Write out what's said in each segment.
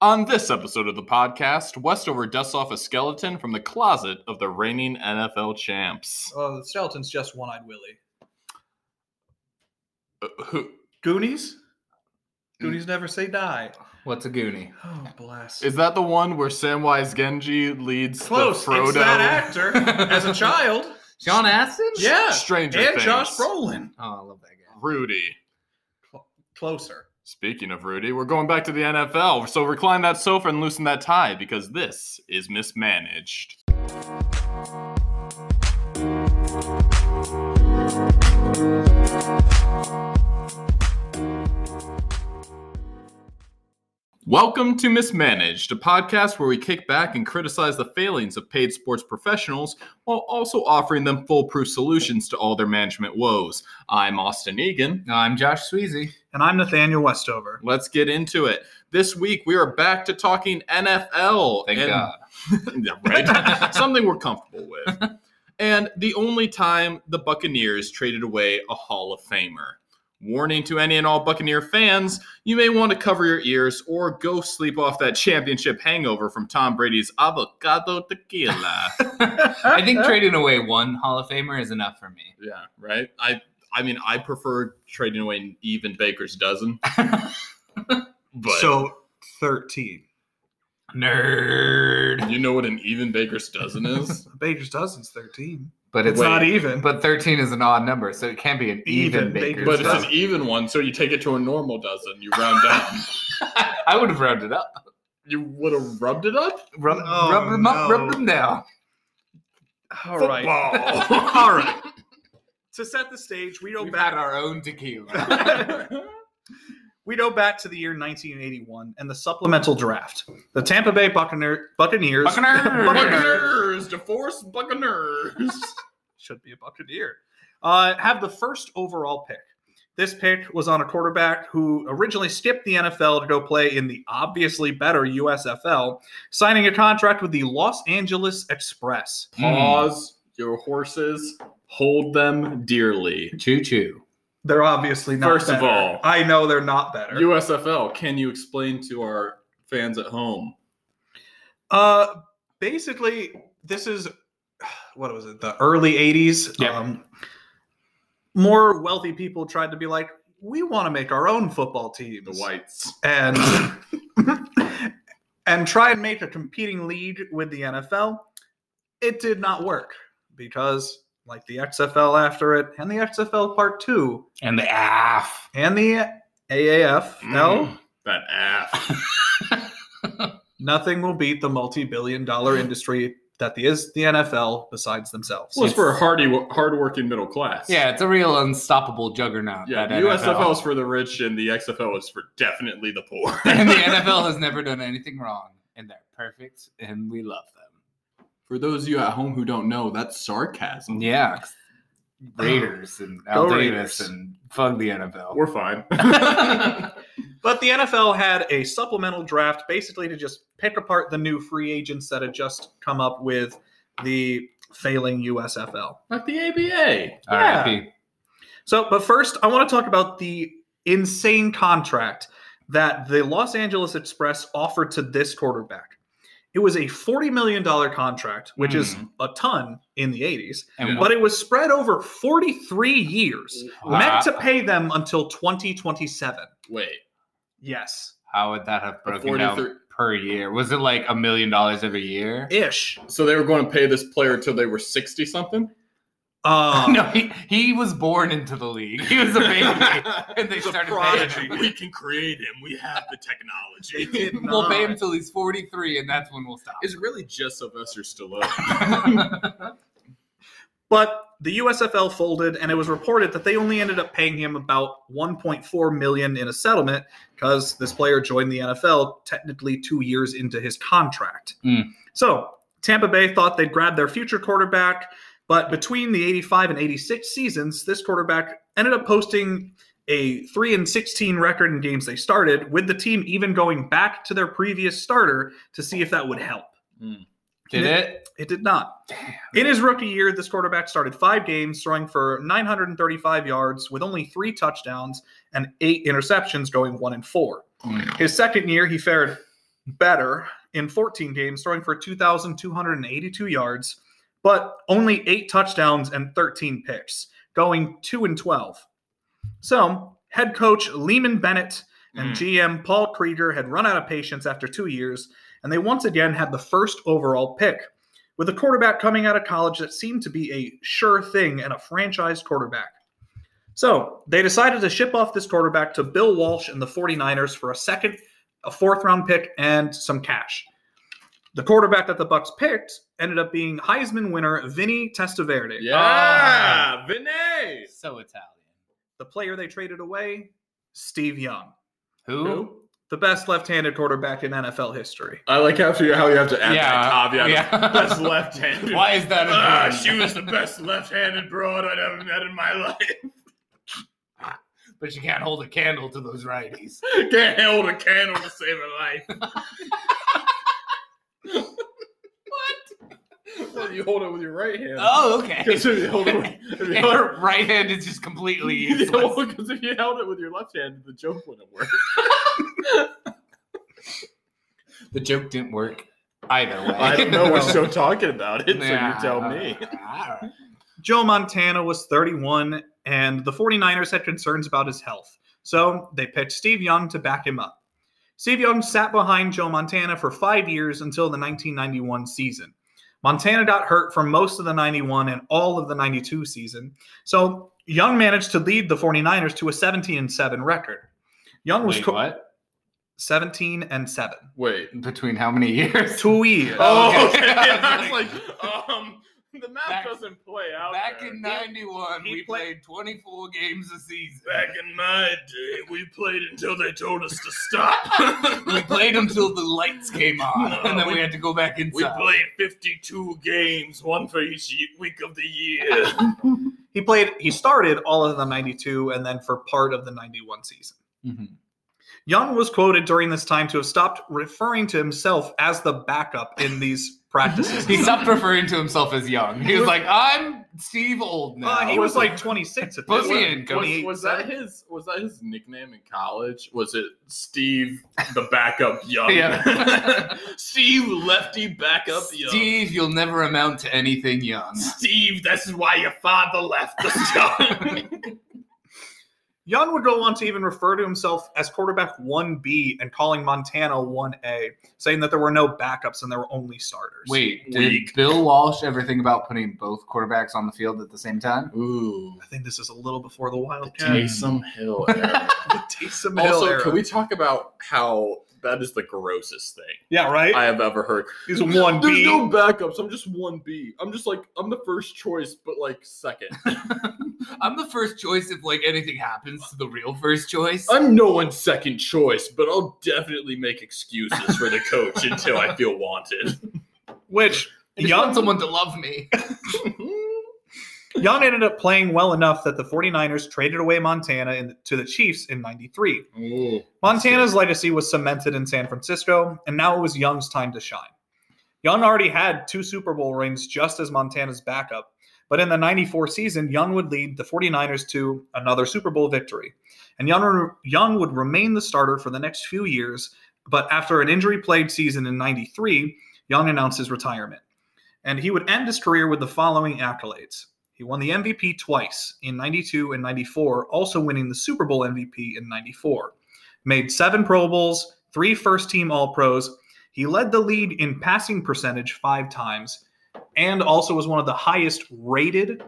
On this episode of the podcast, Westover dusts off a skeleton from the closet of the reigning NFL champs. Well, the skeleton's just one eyed Willie. Uh, Who Goonies? Mm. Goonies never say die. What's a Goonie? Oh, bless. is that? The one where Samwise Genji leads Close. the Frodo It's that actor as a child. John Aston? Yeah. Stranger and Things. Josh Brolin. Oh, I love that guy. Rudy. Closer. Speaking of Rudy, we're going back to the NFL. So recline that sofa and loosen that tie because this is mismanaged. Welcome to Mismanaged, a podcast where we kick back and criticize the failings of paid sports professionals while also offering them foolproof solutions to all their management woes. I'm Austin Egan. No, I'm Josh Sweezy. And I'm Nathaniel Westover. Let's get into it. This week we are back to talking NFL. Thank and- God. Yeah, right? Something we're comfortable with. And the only time the Buccaneers traded away a Hall of Famer. Warning to any and all Buccaneer fans, you may want to cover your ears or go sleep off that championship hangover from Tom Brady's avocado tequila. I think trading away one Hall of Famer is enough for me. yeah, right? I I mean, I prefer trading away an even Baker's dozen. but So 13. Nerd. you know what an even Baker's dozen is? Baker's dozen's 13. But It's it's not even. But 13 is an odd number, so it can't be an even, Even Baker's Baker's But dozen. it's an even one, so you take it to a normal dozen. You round down. I would have rounded up. you would have rubbed it up. Rub, Oh, rub them up, no. rub them down. all right. Football. All right. To set the stage, we go We've back had our own tequila. we go back to the year 1981 and the supplemental draft. The Tampa Bay Buccaneer, Buccaneers Buccaneers, DeForest Buccaneers. should be a Buccaneer, uh, have the first overall pick. This pick was on a quarterback who originally skipped the NFL to go play in the obviously better USFL, signing a contract with the Los Angeles Express. Pause your horses. Hold them dearly. Choo choo. They're obviously not. First of better. all, I know they're not better. USFL. Can you explain to our fans at home? Uh, basically, this is what was it? The early '80s. Yeah. Um, more wealthy people tried to be like, we want to make our own football teams. The whites. and and try and make a competing league with the NFL. It did not work because, like the XFL after it, and the XFL Part Two, And the AF. and the AAFL, Mm, that ass. nothing will beat the multi-billion-dollar industry that the, is the NFL besides themselves. Well, it's for a hardy, hardworking middle class. Yeah, it's a real unstoppable juggernaut. Yeah, the that USFL is for the rich, and the XFL is for definitely the poor. and the NFL has never done anything wrong, and they're perfect, and we love them. For those of you at home who don't know, that's sarcasm. Yeah, 'cause Raiders and Go Al Raiders. Davis and fuck the NFL. We're fine. But the NFL had a supplemental draft basically to just pick apart the new free agents that had just come up with the failing USFL. Like the ABA. RIP. So, but first, I want to talk about the insane contract that the Los Angeles Express offered to this quarterback. It was a $40 million contract, which is Mhm. a ton in the 80s, And but it was spread over 43 years, Wow. meant to pay them until 2027. Wait. Yes, how would that have broken 43 down per year? Was it like a million dollars every year? ish. So they were going to pay this player till they were 60 something? Um, no, he, he was born into the league. He was a baby, and they He's a started paying him. prodigy. we can create him. We have the technology. did We'll pay not. him till he's forty-three, and that's when we'll stop. It's really just Sylvester Stallone. But the USFL folded, and it was reported that they only ended up paying him about 1.4 million in a settlement because this player joined the NFL technically two years into his contract. Mm. So Tampa Bay thought they'd grab their future quarterback, but between the 85 and 86 seasons, this quarterback ended up posting a 3 and 16 record in games they started, with the team even going back to their previous starter to see if that would help. Did it? It did not. In his rookie year, this quarterback started five games, throwing for 935 yards with only three touchdowns and eight interceptions, going one and four. His second year, he fared better in 14 games, throwing for 2,282 yards, but only eight touchdowns and 13 picks, going 2 and 12. So, head coach Lehman Bennett and Mm. GM Paul Krieger had run out of patience after two years, and they once again had the first overall pick. With a quarterback coming out of college that seemed to be a sure thing and a franchise quarterback. So they decided to ship off this quarterback to Bill Walsh and the 49ers for a second, a fourth round pick, and some cash. The quarterback that the Bucks picked ended up being Heisman winner Vinny Testaverde. Yeah, Ah. Vinay. So Italian. The player they traded away, Steve Young, Who? the best left-handed quarterback in NFL history. I like how you, how you have to add that caveat. Yeah. yeah. Best left-handed. Why is that? Ah, important? she was the best left-handed broad I'd ever met in my life. But she can't hold a candle to those righties. Can't hold a candle to save her life. what? Well, you hold it with your right hand. Oh, okay. 'Cause if you hold it, with- if you hold it- Her right hand is just completely Yeah, useless. well, 'cause if you held it with your left hand, the joke wouldn't work. The joke didn't work either way. I don't know. We're still talking about it, so Yeah. you tell me. Alright. Joe Montana was 31, and the 49ers had concerns about his health. So they picked Steve Young to back him up. Steve Young sat behind Joe Montana for five years until the 1991 season. Montana got hurt for most of the 91 and all of the 92 season. So Young managed to lead the 49ers to a 17 and 7 record. Young was Wait, co- what? 17 and 7. Wait. Between how many years? Two years. Oh, Oh, okay. okay. I I was was like, um, the math Back- doesn't play out. Back there. in '91, He we played- played 24 games a season. Back in my day, we played until they told us to stop. we played until the lights came on, No, and then we, we- had to go back inside. we played 52 games, one for each ye- week of the year. He played he started all of the 92 and then for part of the 91 season. Mhm. Young was quoted during this time to have stopped referring to himself as the backup in these practices. He stopped referring to himself as young. He was like, "I'm Steve Old now." Uh, he was like 26 at this Was he point. in was, Cody? was that his? Was that his nickname in college? Was it Steve the backup young? Yeah. Steve Lefty backup young. Steve, you'll never amount to anything young. Steve, this is why your father left us young. Young would go on to even refer to himself as quarterback 1B and calling Montana 1A, saying that there were no backups and there were only starters. Wait, did Weak. Bill Walsh ever think about putting both quarterbacks on the field at the same time? Ooh, I think this is a little before the Wildcat. Taysom Hill. era. The Taysom Hill also, era. can we talk about how that is the grossest thing yeah, right? I have ever heard? He's a 1B. There's no backups. I'm just one B. I'm just like I'm the first choice, but like second. I'm the first choice if like anything happens to the real first choice. I'm no one's second choice, but I'll definitely make excuses for the coach until I feel wanted. Which I just Young want someone to love me. Young ended up playing well enough that the 49ers traded away Montana in, to the Chiefs in 93. Montana's legacy was cemented in San Francisco, and now it was Young's time to shine. Young already had two Super Bowl rings just as Montana's backup, but in the 94 season, Young would lead the 49ers to another Super Bowl victory. And Young, Young would remain the starter for the next few years, but after an injury plagued season in 93, Young announced his retirement. And he would end his career with the following accolades. He won the MVP twice in 92 and 94, also winning the Super Bowl MVP in 94 made seven Pro Bowls, three first team All Pros. He led the lead in passing percentage five times, and also was one of the highest rated.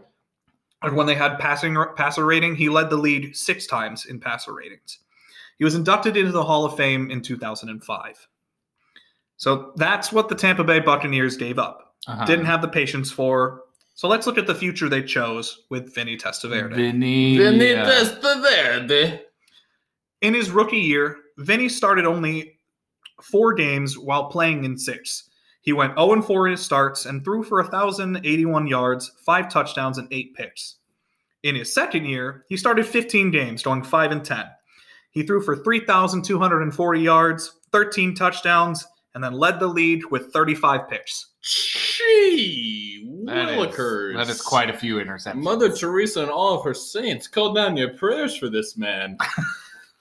And when they had passing passer rating, he led the lead six times in passer ratings. He was inducted into the Hall of Fame in 2005. So that's what the Tampa Bay Buccaneers gave up. Uh-huh. Didn't have the patience for. So let's look at the future they chose with Vinny Testaverde. Vinny. In his rookie year, Vinny started only four games while playing in six. He went 0 4 in his starts and threw for 1,081 yards, five touchdowns, and eight picks. In his second year, he started 15 games, going 5 and 10. He threw for 3,240 yards, 13 touchdowns, and then led the lead with 35 picks. Gee, That is- Willikers. That is quite a few interceptions. Mother Teresa and all of her saints call down your prayers for this man.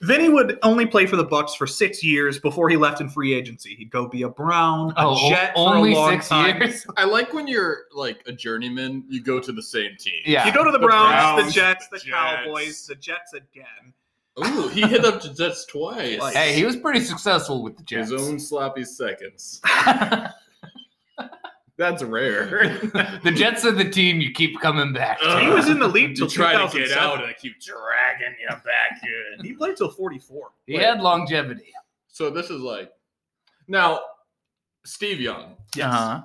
Vinny would only play for the Bucks for six years before he left in free agency. He'd go be a Brown, a Oh, Jet for only a long six time. years. I like when you're like a journeyman, you go to the same team. Yeah. You go to the, The Browns, the Browns, Jets, the Jets. Cowboys, the Jets again. Ooh, he hit up the Jets twice. Twice. Hey, he was pretty successful with the Jets. His own sloppy seconds. That's rare. the Jets are the team you keep coming back. To. He was in the league Uh, you till try to get 2007. out and they keep dragging you back in. He played till 44. He had longevity. So this is like now Steve Young. Yes. Uh-huh.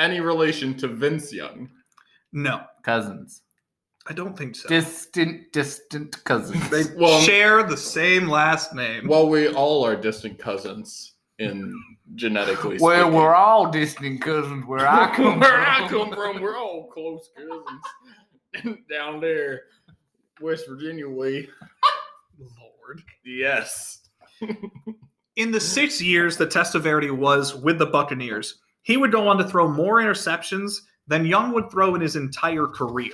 Any relation to Vince Young? No, Cousins, I don't think so. distant, distant cousins. they Well- share the same last name. Well, we all are distant cousins in genetically. well, speaking. we're all distant cousins where I come where from. I come from, we're all close cousins down there, West Virginia way. Lord. Yes. In the six years that Testaverde was with the Buccaneers, he would go on to throw more interceptions than Young would throw in his entire career.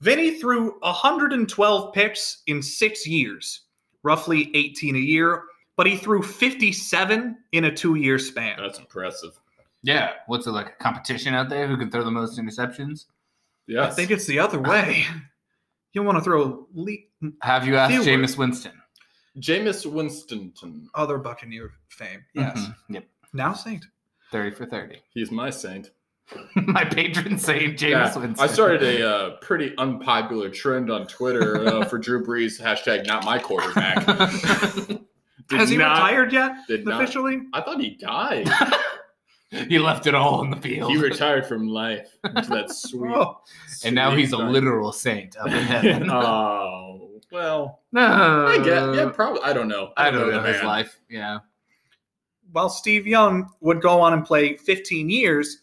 Vinny threw 112 picks in six years, roughly 18 a year, but he threw 57 in a two year span. That's impressive. Yeah. What's it like? A competition out there who can throw the most interceptions? I Yes. think it's the other way. You want to throw le- Have you asked Stewart. Jameis Winston? Jameis Winstonton. other Buccaneer fame. Yes. Mhm. Yep. Mm-hmm. Now Saint. Thirty for thirty. He's my saint. My patron saint, Jameis Yeah, Winston. I started a uh, pretty unpopular trend on Twitter uh, for Drew Brees hashtag not my quarterback. uh, Did Has he not- retired yet? Did not. Officially? I thought he died. he left it all on the field, he retired from life into that sweet. Oh, and now he's a sweet- literal saint up in heaven. oh well, no, Uh, I get yeah, probably. I don't know. I don't know that his man. life. Yeah. while Steve Young would go on and play 15 years,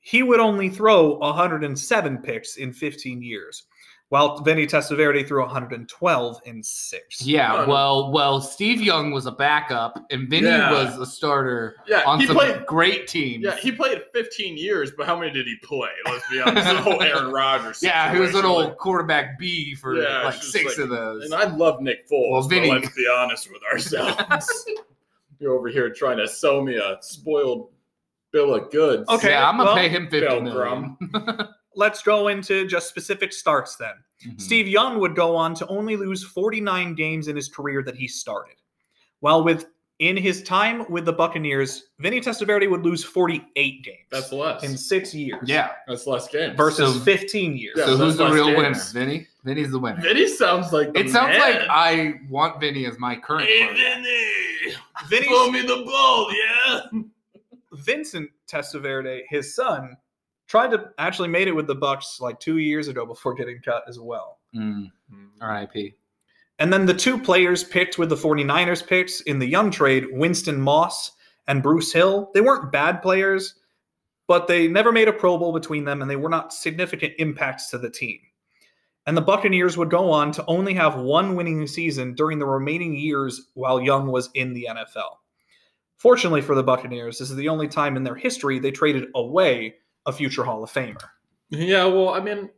he would only throw 107 picks in 15 years, while Vinny Testaverde threw 112 in six. No, Yeah, no. well, well, Steve Young was a backup, and Vinny Yeah. was a starter Yeah, on he some played. great teams. Yeah, he played 15 years, but how many did he play? Let's be honest. the whole Aaron Rodgers. Yeah, he was an situation, old like- quarterback B for Yeah, like it's just six like- of those. And I love Nick Foles. Well, Vinny- But let's be honest with ourselves. You're over here trying to sell me a spoiled bill of goods. Okay, yeah, I'm gonna well, pay him fifty Bill million. Let's go into just specific starts then. Mhm. Steve Young would go on to only lose 49 games in his career that he started. While with in his time with the Buccaneers, Vinny Testaverde would lose 48 games That's less. in six years. Yeah. That's less games. Versus So- 15 years. Yeah, so so who's the that's real less winner? games. Vinny. Vinny's the winner. Vinny sounds like the it sounds man. like I want Vinny as my current. Hey, quarterback. Vinny, Vinny's- throw me the ball, yeah. Vincent Testaverde, his son, tried to actually made it with the Bucks like two years ago before getting cut as well. Mm, R.I.P. And then the two players picked with the 49ers picks in the Young trade, Winston Moss and Bruce Hill, they weren't bad players, but they never made a Pro Bowl between them and they were not significant impacts to the team. And the Buccaneers would go on to only have one winning season during the remaining years while Young was in the NFL. Fortunately for the Buccaneers, this is the only time in their history they traded away a future Hall of Famer. Yeah, well, I mean,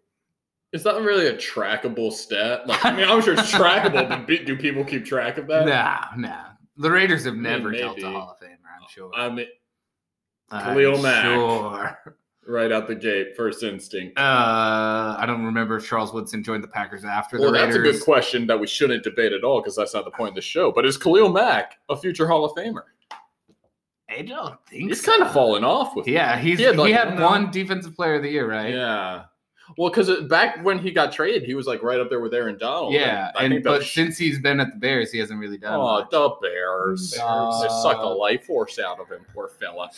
it's not really a trackable stat. Like, I mean, I'm sure it's trackable, but be- do people keep track of that? Nah, nah. The Raiders have never dealt a maybe. Hall of Famer. I'm sure. I mean, I'm Khalil Mack. Sure. right out the gate, first instinct. Uh, I don't remember if Charles Woodson joined the Packers after Well, the that's Raiders. a good question that we shouldn't debate at all because that's not the point of the show. But is Khalil Mack a future Hall of Famer? I don't think He's so. kind of fallen off with. Yeah, he's He he had, had, like, one- uh, one defensive player of the year, right? yeah. Well, because back when he got traded, he was like right up there with Aaron Donald. Yeah, I and think Oh, that but was- since he's been at the Bears, he hasn't really done. Oh, much. the Bears. Bears. they sucked uh, the life force out of him, poor fella.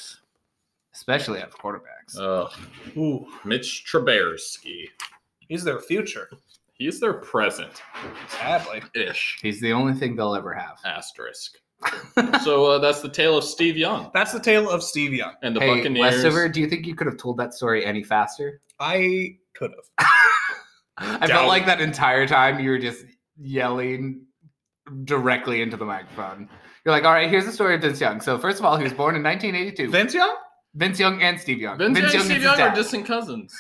especially at quarterbacks. Ugh. Ooh, Mitch Trubisky. he's their future, He's their present sadly. ish he's the only thing they'll ever have. asterisk. so uh, that's the tale of Steve Young That's the tale of Steve Young. and the hey, Buccaneers. Westover, do you think you could have told that story any faster? I could have. I Doubt- felt like that entire time you were just yelling directly into the microphone. You're like, all right, here's the story of Vince Young. So first of all, he was born in 1982. Vince Young? Vince Young and Steve Young. Vince, Young and is Steve his Young are dad. distant cousins.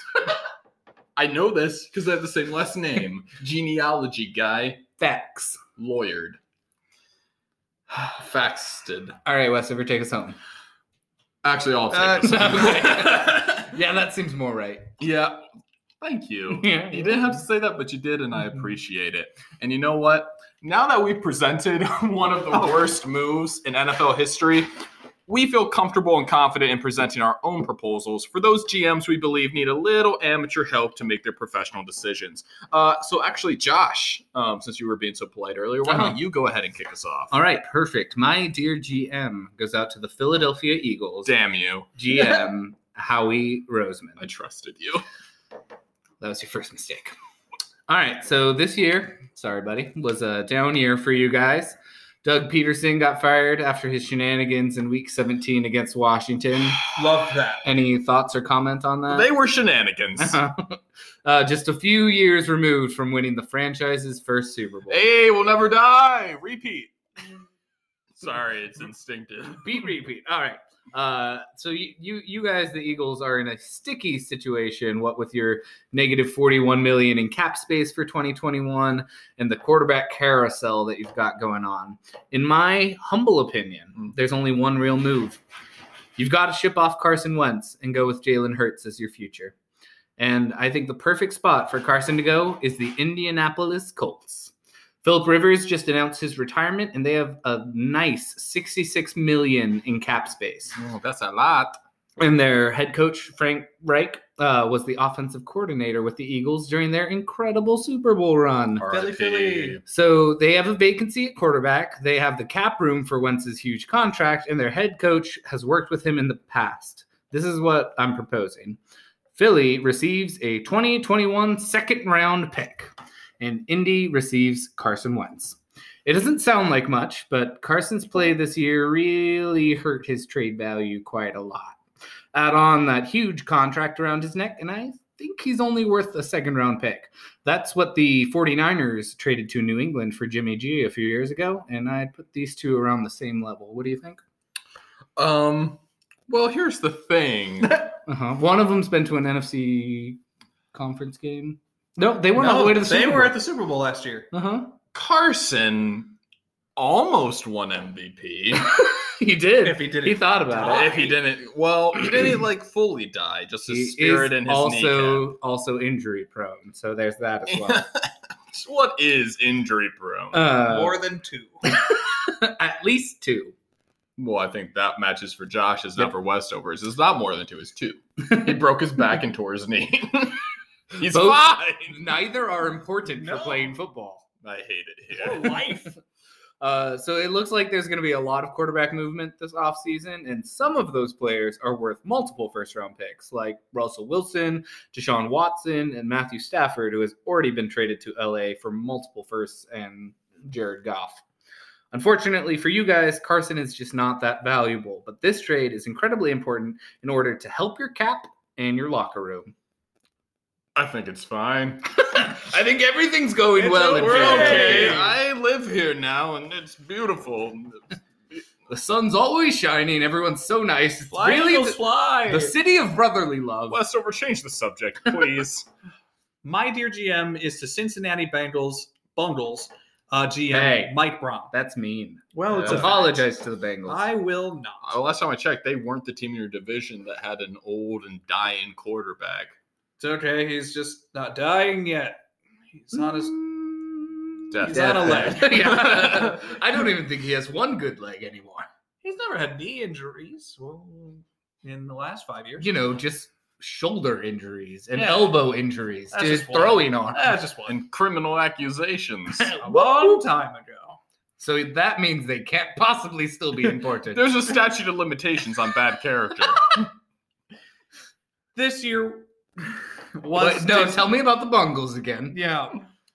I know this because they have the same last name. Genealogy guy, facts. lawyered. Faxted. All right, Westover, take us home. Actually, I'll Uh, take this. Yeah, that seems more right. yeah. Thank you. Yeah. You didn't have to say that, but you did, and I appreciate it. And you know what? Now that we presented one of the worst moves in NFL history, we feel comfortable and confident in presenting our own proposals for those GMs we believe need a little amateur help to make their professional decisions. Uh, so, actually, Josh, um, since you were being so polite earlier, why Uh-huh. don't you go ahead and kick us off? All right, perfect. My dear GM goes out to the Philadelphia Eagles. Damn you. GM Howie I Roseman. trusted you. That was your first mistake. All right, so this year, sorry, buddy, was a down year for you guys. Doug Peterson got fired after his shenanigans in Week 17 against Washington. Love that. Any thoughts or comments on that? They were shenanigans. uh, just a few years removed from winning the franchise's first Super Bowl. Hey, we'll never die. Repeat. Sorry, it's instinctive. Beat repeat. All right. Uh, so you, you you guys, the Eagles, are in a sticky situation. What with your negative forty-one million in cap space for twenty twenty-one, and the quarterback carousel that you've got going on. In my humble opinion, Mm. there's only one real move. You've got to ship off Carson Wentz and go with Jalen Hurts as your future. And I think the perfect spot for Carson to go is the Indianapolis Colts. Philip Rivers just announced his retirement, and they have a nice 66 million in cap space. that's a lot. And their head coach Frank Reich uh, was the offensive coordinator with the Eagles during their incredible Super Bowl run. Philly, Philly. So they have a vacancy at quarterback. They have the cap room for Wentz's huge contract, and their head coach has worked with him in the past. This is what I'm proposing. Philly receives a 2021 second round pick, and Indy receives Carson Wentz. It doesn't sound like much, but Carson's play this year really hurt his trade value quite a lot. Add on that huge contract around his neck, and I think he's only worth a second round pick. That's what the 49ers traded to New England for Jimmy G a few years ago, and I'd put these two around the same level. What do you think? Um, well, here's the thing. Uh-huh. One of them's been to an NFC conference game. No, they went all No, the way to the they Super were at Bowl. the Super Bowl last year. Uh-huh. Carson almost won MVP. He did. If he didn't He thought about it. if he didn't, well, he didn't like fully die, just his He spirit is and his also also injury prone, so there's that as well. kneecap. what is injury prone? Uh, More than two. at least two. well, I think that matches for Josh is Yep. not for Westovers. It's not more than two, it's two. He broke his back and tore his knee. He's Both- fine. Neither are important No. for playing football. I hate it here. Poor life. Uh, so it looks like there's going to be a lot of quarterback movement this offseason, and some of those players are worth multiple first round picks, like Russell Wilson, Deshaun Watson, and Matthew Stafford, who has already been traded to LA for multiple firsts, and Jared Goff. Unfortunately for you guys, Carson is just not that valuable, but this trade is incredibly important in order to help your cap and your locker room. I think it's fine. I think everything's going It's well in We're Philadelphia. okay. Hey. I live here now and it's beautiful. The sun's always shining. Everyone's so nice. It's Fly, really Eagles, the- fly. The city of brotherly love. Westover, change the subject, please. My dear GM is to Cincinnati Bengals Bungles uh, GM Hey. Mike Brown. That's mean. Well, it's Yeah. a Apologize to the Bengals. I will not. Uh, last time I checked, they weren't the team in your division that had an old and dying quarterback. It's okay. He's just not dying yet. He's not as. Mm. Death. He's on a Death. leg. Yeah. I don't even think he has one good leg anymore. He's never had knee injuries well, in the last five years. You know, just shoulder injuries and Yeah. elbow injuries That's to his just one. throwing arm. That's Ah, just one. And criminal accusations. A long time ago. So that means they can't possibly still be important. There's a statute of limitations on bad character. This year was. But no, dis- tell me about the Bungles again. Yeah.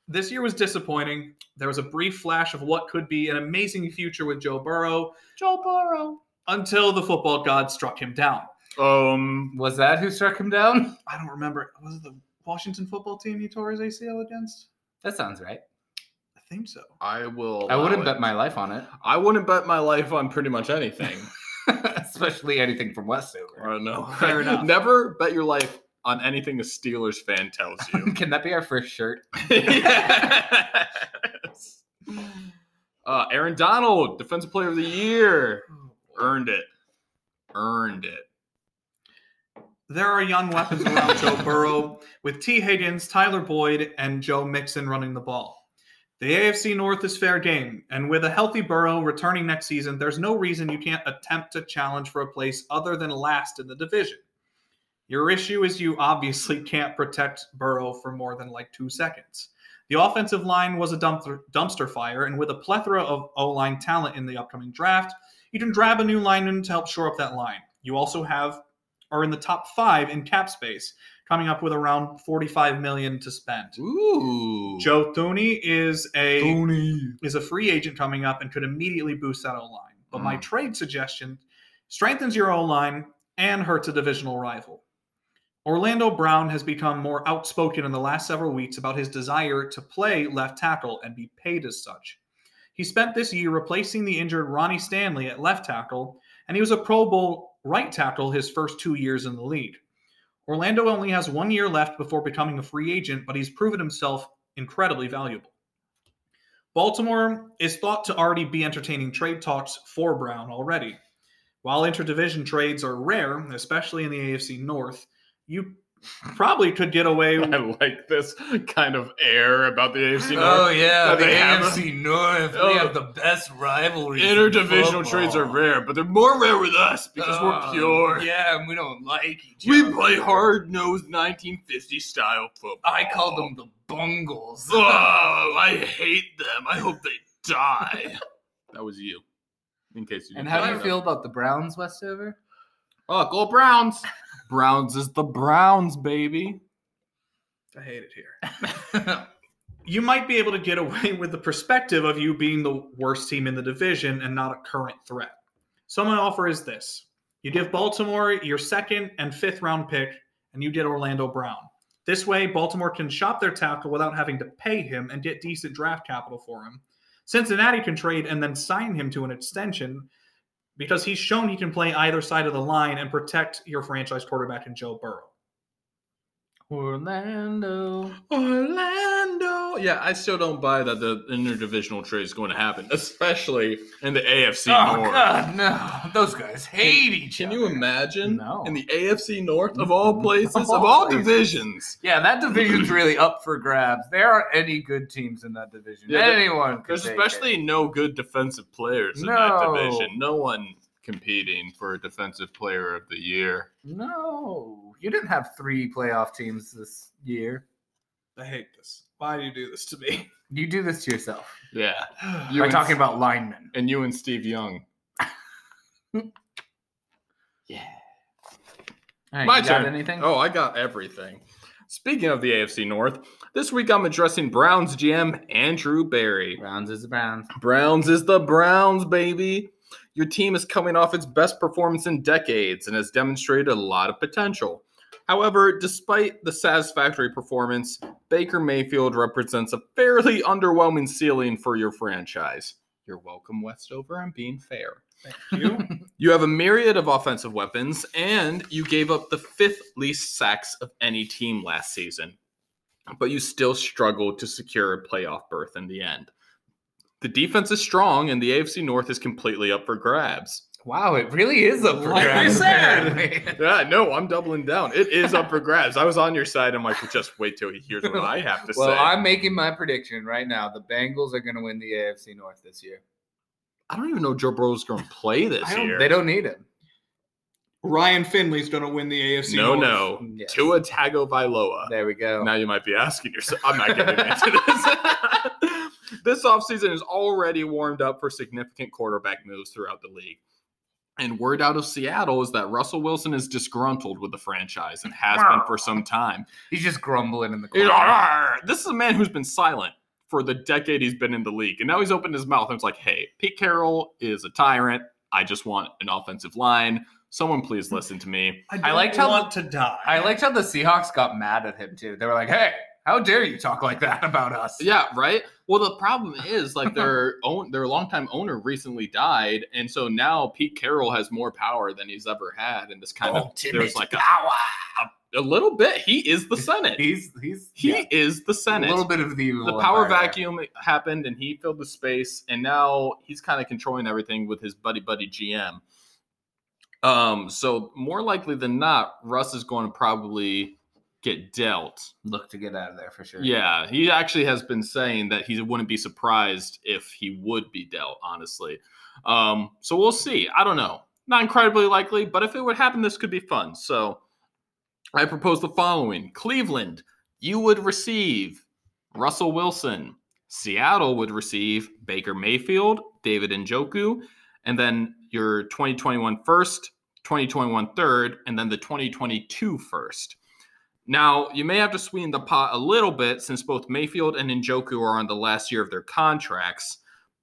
This year was disappointing. There was a brief flash of what could be an amazing future with Joe Burrow Joe Burrow. until the football god struck him down. Um, Was that who struck him down? I don't remember. Was it the Washington football team he tore his ACL against? That sounds right. I think so. I will. I allow wouldn't it. bet my life on it, I wouldn't bet my life on pretty much anything. especially anything from Westover. I don't know. Fair enough. Never bet your life on anything a Steelers fan tells you. Can that be our first shirt? yes. Uh, Aaron Donald, Defensive Player of the Year, earned it. Earned it. There are young weapons around Joe Burrow, with T. Higgins, Tyler Boyd, and Joe Mixon running the ball. The AFC North is fair game, and with a healthy Burrow returning next season, there's no reason you can't attempt to challenge for a place other than last in the division. Your issue is you obviously can't protect Burrow for more than like two seconds. The offensive line was a dumpster, dumpster fire, and with a plethora of O line talent in the upcoming draft, you can grab a new lineman to help shore up that line. You also have are in the top five in cap space, coming up with around 45 million to spend. Ooh. Joe Thuney is a Tony. is a free agent coming up and could immediately boost that O line. But my Mm. trade suggestion strengthens your O line and hurts a divisional rival. Orlando Brown has become more outspoken in the last several weeks about his desire to play left tackle and be paid as such. He spent this year replacing the injured Ronnie Stanley at left tackle, and he was a Pro Bowl right tackle his first two years in the league. Orlando only has one year left before becoming a free agent, but he's proven himself incredibly valuable. Baltimore is thought to already be entertaining trade talks for Brown already. While interdivision trades are rare, especially in the AFC North, you probably could get away. I like this kind of air about the AFC oh North. yeah, that the they have a- AFC North. Oh. we have the best rivalry. Interdivisional trades are rare, but they're more rare with us because we're pure. Oh, Yeah, and we don't like each We other. play hard nosed 1950 style football. I call them the bungles. Oh, I hate them. I hope they die. that was you. In case you and didn't how do pick you it feel up. about the Browns, Westover? Oh, go Browns. Browns is the Browns, baby. I hate it here. You might be able to get away with the perspective of you being the worst team in the division and not a current threat. So, my offer is this you give Baltimore your second and fifth round pick, and you get Orlando Brown. This way, Baltimore can shop their tackle without having to pay him and get decent draft capital for him. Cincinnati can trade and then sign him to an extension because he's shown he can play either side of the line and protect your franchise quarterback in Joe Burrow. Orlando. Orlando. Yeah, I still don't buy that the interdivisional trade is going to happen, especially in the AFC Oh North. God, no! Those guys hate each Can other. you imagine? No. In the AFC North, of all places, of Of all, all places. divisions, Yeah, that division's really up for grabs. There aren't any good teams in that division. Yeah, there- Anyone, could there's take especially it. no good defensive players in that No. division. No one competing for defensive player of the year. no. You didn't have three playoff teams this year. I hate this. Why do you do this to me? You do this to yourself. Yeah. we You are and- talking about linemen. And you and Steve Young. Yeah. Hey, My you got turn. Anything? Oh, I got everything. Speaking of the AFC North, this week I'm addressing Browns GM Andrew Barry. Browns is the Browns. Browns is the Browns, baby. Your team is coming off its best performance in decades and has demonstrated a lot of potential. However, despite the satisfactory performance, Baker Mayfield represents a fairly underwhelming ceiling for your franchise. You're welcome, Westover. I'm being fair. Thank you. You have a myriad of offensive weapons, and you gave up the fifth least sacks of any team last season. But you still struggled to secure a playoff berth in the end. The defense is strong, and the AFC North is completely up for grabs. Wow, it really is up for Like I grabs. said. apparently. Yeah, no, I'm doubling down. It is up for grabs. I was on your side. I'm like, well, just wait till he hears what I have to well, say. I'm making my prediction right now. The Bengals are going to win the AFC North this year. I don't even know Joe Burrow's going to play this I don't- year. They don't need him. Ryan Finley's going to win the AFC. no, North. no. Yes. Tua Tagovailoa. There we go. Now you might be asking yourself, I'm not getting into this. this offseason is already warmed up for significant quarterback moves throughout the league. And word out of Seattle is that Russell Wilson is disgruntled with the franchise and has been for some time. He's just grumbling in the He's corner. like, "Arr!" This is a man who's been silent for the decade he's been in the league. And now he's opened his mouth and it's like, hey, Pete Carroll is a tyrant. I just want an offensive line. Someone please listen to me. I, liked how- to die. I liked how the Seahawks got mad at him too. They were like, "Hey, How dare you talk like that about us? Yeah, right. Well, the problem is like their own their longtime owner recently died, and so now Pete Carroll has more power than he's ever had, and this kind Oh. of Oh, there's like a, a little bit. He is the Senate. he ah. He's he's yeah, is the Senate. a little bit of the evil the power empire there. vacuum happened, and he filled the space, and now he's kind of controlling everything with his buddy buddy GM. Um, so more likely than not, Russ is going to probably get dealt. Look to get out of there for sure. Yeah, he actually has been saying that he wouldn't be surprised if he would be dealt, honestly. Um, so we'll see. I don't know. Not incredibly likely, but if it would happen, this could be fun. So I propose the following Cleveland, you would receive Russell Wilson. Seattle would receive Baker Mayfield, David Njoku, and then your 2021 first, 2021 third, and then the 2022 first. Now, you may have to sweeten the pot a little bit since both Mayfield and Njoku are on the last year of their contracts,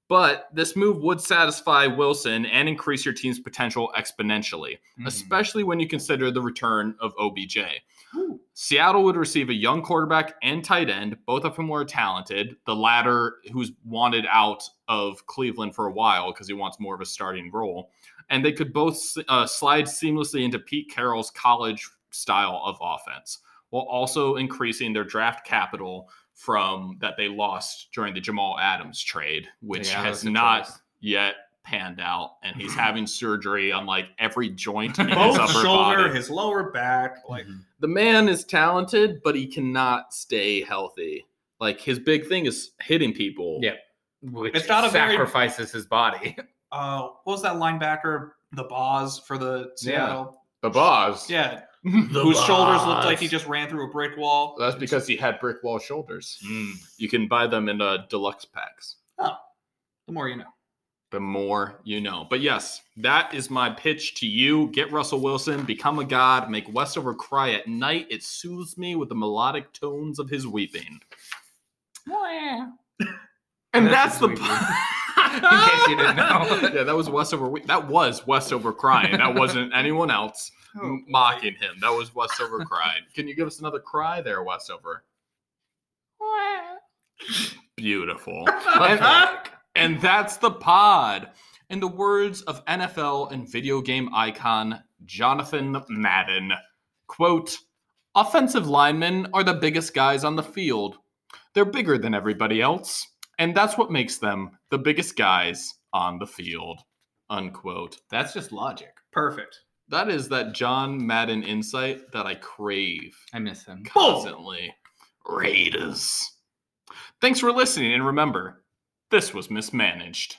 but this move would satisfy Wilson and increase your team's potential exponentially, Mhm. especially when you consider the return of OBJ. Ooh. Seattle would receive a young quarterback and tight end, both of whom are talented. The latter, who's wanted out of Cleveland for a while because he wants more of a starting role. And they could both uh, slide seamlessly into Pete Carroll's college style of offense while also increasing their draft capital from that they lost during the Jamal Adams trade, which Yeah, has that's a not choice. yet panned out. And he's having surgery on like every joint in his Both upper shoulder, body his lower back, like Mhm. the man is talented, but he cannot stay healthy. Like his big thing is hitting people. Yeah. which It's not a very- sacrifices his body. uh, what was that linebacker? The Boz for the Seattle, The boss. yeah, whose shoulders looked like he just ran through a brick wall. That's because he had brick wall shoulders. You can buy them in uh, deluxe packs. The more you know. The more you know. But yes, that is my pitch to you. Get Russell Wilson, become a god, make Westover cry at night. It soothes me with the melodic tones of his weeping. And that's, That's the. his po- In case you didn't know. yeah, that was Westover. we- That was Westover crying. That wasn't anyone else. Oh, m- mocking him. That was Westover crying. Can you give us another cry there, Westover? Beautiful. and, and that's the pod. In the words of NFL and video game icon Jonathan Madden, quote, offensive linemen are the biggest guys on the field. They're bigger than everybody else, and that's what makes them the biggest guys on the field. Unquote. That's just logic. Perfect. That is that John Madden insight that I crave I miss him. constantly. Raiders. Thanks for listening, and remember, this was mismanaged.